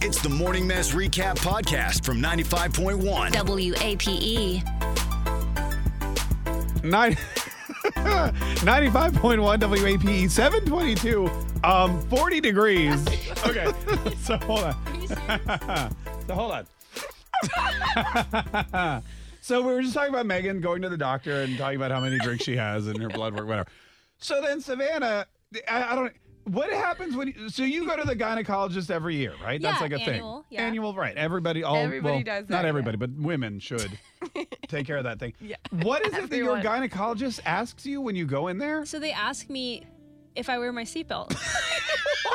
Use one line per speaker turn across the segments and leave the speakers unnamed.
It's the Morning Mess Recap Podcast from 95.1.
WAPE.
9 95.1 WAPE 722 E, um 40 degrees. Okay. so hold on. so hold on. so we were just talking about Megan going to the doctor and talking about how many drinks she has and her blood work whatever. So then Savannah I, I don't what happens when you, so you go to the gynecologist every year, right? That's
Yeah,
like a
annual,
thing.
yeah.
Annual, right? Everybody all
Everybody
well,
does that,
Not
yeah.
everybody, but women should take care of that thing.
Yeah.
What is it that your
Everyone.
gynecologist asks you when you go in there?
So they asked me if I wear my seatbelt.
Why?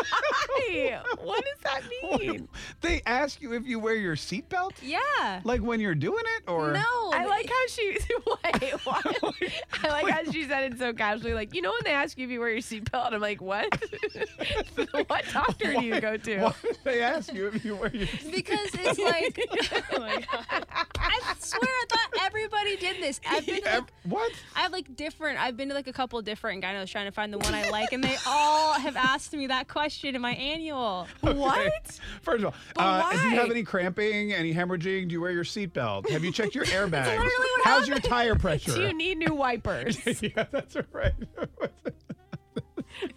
What does that mean?
They ask you if you wear your seatbelt?
yeah.
Like when you're doing it or
no.
I like how she wait, what? I like how she said it so casually, like, you know when they ask you if you wear your seatbelt? I'm like, what? what doctor do you go to?
Why do they ask you if you wear your seatbelt?
because it's like
Oh
I swear I thought everybody did this. I've been like,
What?
I have like different I've been to like a couple different gynos trying to find the one I like and they all have asked me that question in my annual.
What?
First of all, uh, do you have
why?
any cramping, any hemorrhaging? Do you wear your seatbelt? Have you checked your airbags?
literally what
How's your tire pressure?
Do you need new wipers?
yeah, that's right.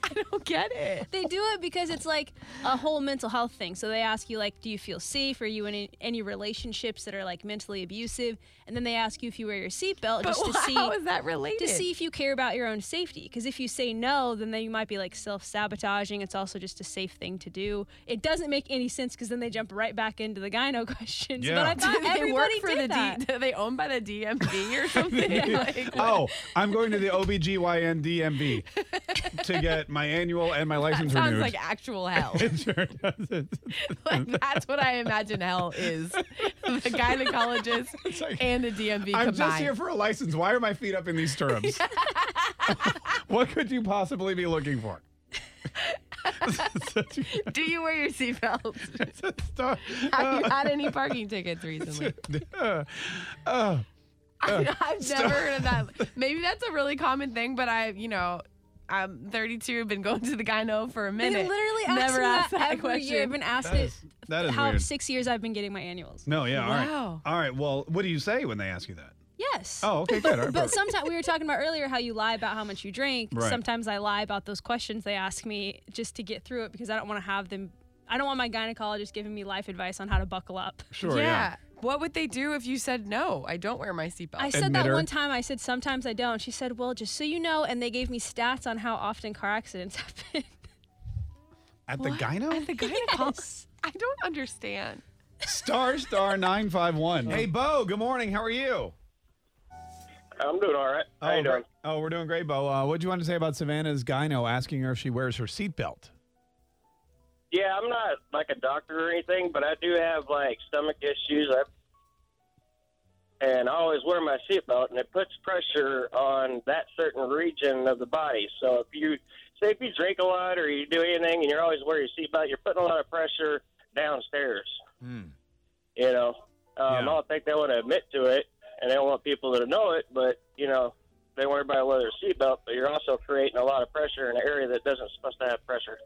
I don't get it.
They do it because it's like a whole mental health thing. So they ask you like, do you feel safe? Are you in any, any relationships that are like mentally abusive? And then they ask you if you wear your seatbelt
But
just to see
how is that related?
to see if you care about your own safety. Because if you say no, then, then you might be like self sabotaging. It's also just a safe thing to do. It doesn't make any sense because then they jump right back into the gyno questions.
Yeah.
But I thought
they
everybody
work for
did
the
that.
D, are they owned by the DMV or something? Like,
oh, I'm going to the OBGYN DMV to get my annual and my license
sounds
renewed.
like actual hell.
it sure does. It's-
like that's what I imagine hell is. The gynecologist
like,
and the DMV
I'm
combined.
just here for a license. Why are my feet up in these stirrups? what could you possibly be looking for? Such a-
Do you wear your seatbelt?
such a star-
Have you had any parking tickets recently?
Uh, uh,
I've never heard of that. Maybe that's a really common thing, but I, you know, I'm 32, been going to the gyno for a
They
minute.
literally ask
never
me
asked
that
that
every
question.
year. I've been asked
that
it
is, that is
how
weird.
six years I've been getting my annuals.
No, yeah, all right.
Wow.
All right, well, what do you say when they ask you that?
Yes.
Oh, okay, good. all right,
But
perfect.
sometimes we were talking about earlier how you lie about how much you drink.
Right.
Sometimes I lie about those questions they ask me just to get through it because I don't want to have them. I don't want my gynecologist giving me life advice on how to buckle up.
sure,
yeah.
Oh, yeah.
What would they do if you said no? I don't wear my seatbelt.
I said
Admit
that
her.
one time. I said sometimes I don't. She said, "Well, just so you know," and they gave me stats on how often car accidents happen.
At the gyno?
At the gynecologist. I don't understand.
Star Star 951. Hey, Bo, good morning. How are you?
I'm doing all right. How
oh,
you doing?
great. Oh, we're doing great, Bo. Uh, what do you want to say about Savannah's gyno asking her if she wears her seatbelt?
Yeah, I'm not like a doctor or anything, but I do have like stomach issues. I, and I always wear my seatbelt, and it puts pressure on that certain region of the body. So if you say if you drink a lot or you do anything, and you're always wearing your seatbelt, you're putting a lot of pressure downstairs. You know, um,
Yeah.
I don't think they want to admit to it, and they don't want people to know it. But you know, they want everybody to wear their seatbelt, but you're also creating a lot of pressure in an area that doesn't supposed to have pressure.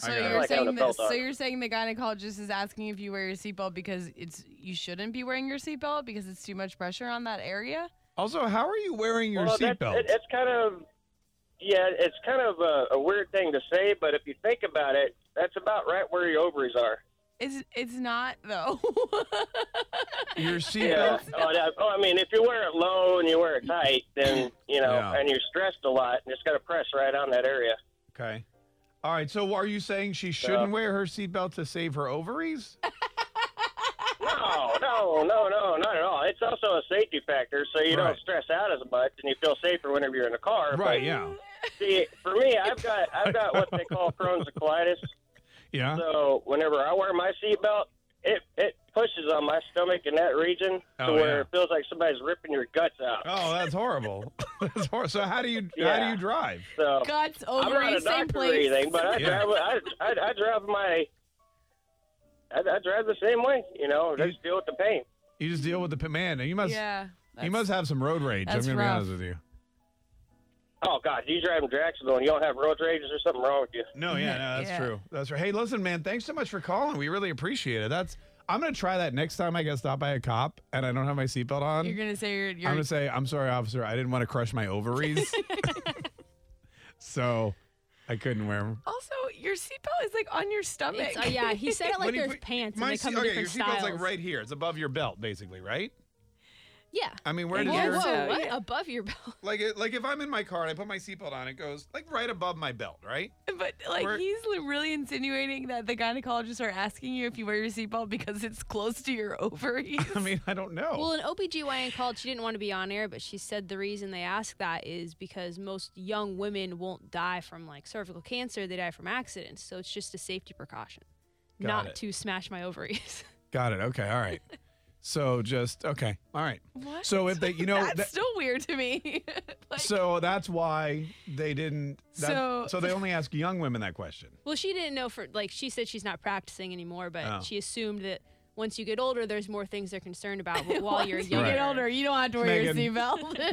So
got it.
you're
Like having
saying
a
this,
belt
so
on.
you're saying the gynecologist is asking if you wear your seatbelt because it's you shouldn't be wearing your seatbelt because it's too much pressure on that area.
Also, how are you wearing your
that's-
seatbelt?
It, it's kind of, yeah, it's kind of a, a weird thing to say, but if you think about it, that's about right where your ovaries are.
It's it's not though.
Your seatbelt.
Yeah. oh, that, oh, I mean, if you wear it low and you wear it tight, then you know,
Yeah.
and you're stressed a lot, and it's got to press right on that area.
Okay. All right. So, are you saying she shouldn't wear her seatbelt to save her ovaries?
No, no, no, no, not at all. It's also a safety factor, so you
Right.
don't stress out as much, and you feel safer whenever you're in a car.
Right. Yeah.
But see, for me, I've got I've got what they call Crohn's colitis.
Yeah.
So whenever I wear my seatbelt, it it pushes on my stomach in that region to
Oh,
where
yeah.
it feels like somebody's ripping your guts out.
Oh, that's horrible. that's horrible. So how do you how do
Yeah.
you drive?
So
Guts,
I'm not
ovaries,
a
same
doctor or
place.
anything, but I
Yeah.
drive I, I, I drive my I, I drive the same way. You know, just deal with the pain.
You just deal with the pa- man. You must
yeah.
you
that's-
must have some road rage. I'm
that's
gonna be
rough.
honest with you.
Oh God, you driving Jacksonville and you don't have road rage? There's something wrong with you.
No, yeah, no, that's
Yeah.
true. That's right. Hey, listen, man, thanks so much for calling. We really appreciate it. That's I'm gonna try that next time I get stopped by a cop and I don't have my seatbelt on.
You're gonna say you're. you're
I'm gonna say, I'm sorry, officer, I didn't want to crush my ovaries. so I couldn't wear them.
also, your seatbelt is like on your stomach.
It's, uh, yeah, he said it like there's pants and they come in
okay,
different
your seatbelt's
styles.
like right here. It's above your belt, basically, right?
Yeah.
I mean, where does
whoa,
guess
your
whoa,
so,
what?
yeah.
Above your belt.
like it- like if I'm in my car and I put my seatbelt on, it goes like right above my belt, right?
But like
We're-
he's li- really insinuating that the gynecologists are asking you if you wear your seatbelt because it's close to your ovaries.
I mean, I don't know.
Well, an OBGYN called. She didn't want to be on air, but she said the reason they ask that is because most young women won't die from like cervical cancer, they die from accidents. So it's just a safety precaution.
Got
not
it.
to smash my ovaries.
Got it. Okay. All right. So just okay. All right.
What?
So if they, you know,
that's
that-
still weird to me. like,
so that's why they didn't. That, so
So-
they only ask young women that question.
well, she didn't know for like she said she's not practicing anymore, but
Oh.
she assumed that once you get older, there's more things they're concerned about. But while
once
you're
you
younger,
get older, you don't have to wear your
Megan,
seatbelt.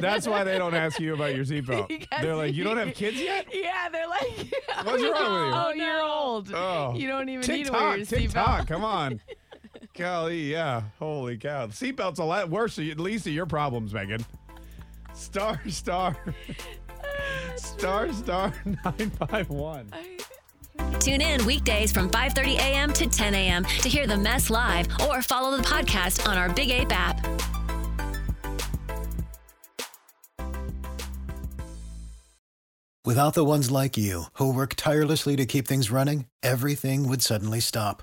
That's why they don't ask you about your seatbelt.
Because
They're like, you don't have kids yet.
yeah, they're like,
What's wrong
oh,
with you?
you're old.
Oh.
You don't even need to
TikTok,
wear your
TikTok,
seatbelt.
come on. Golly, yeah. Holy cow. Seatbelt's a lot worse, at least of your problems, Megan. Star, star. star, star, 951.
Tune in weekdays from 5:30 a.m. to 10 a.m. to hear the mess live or follow the podcast on our Big Ape app.
Without the ones like you, who work tirelessly to keep things running, everything would suddenly stop.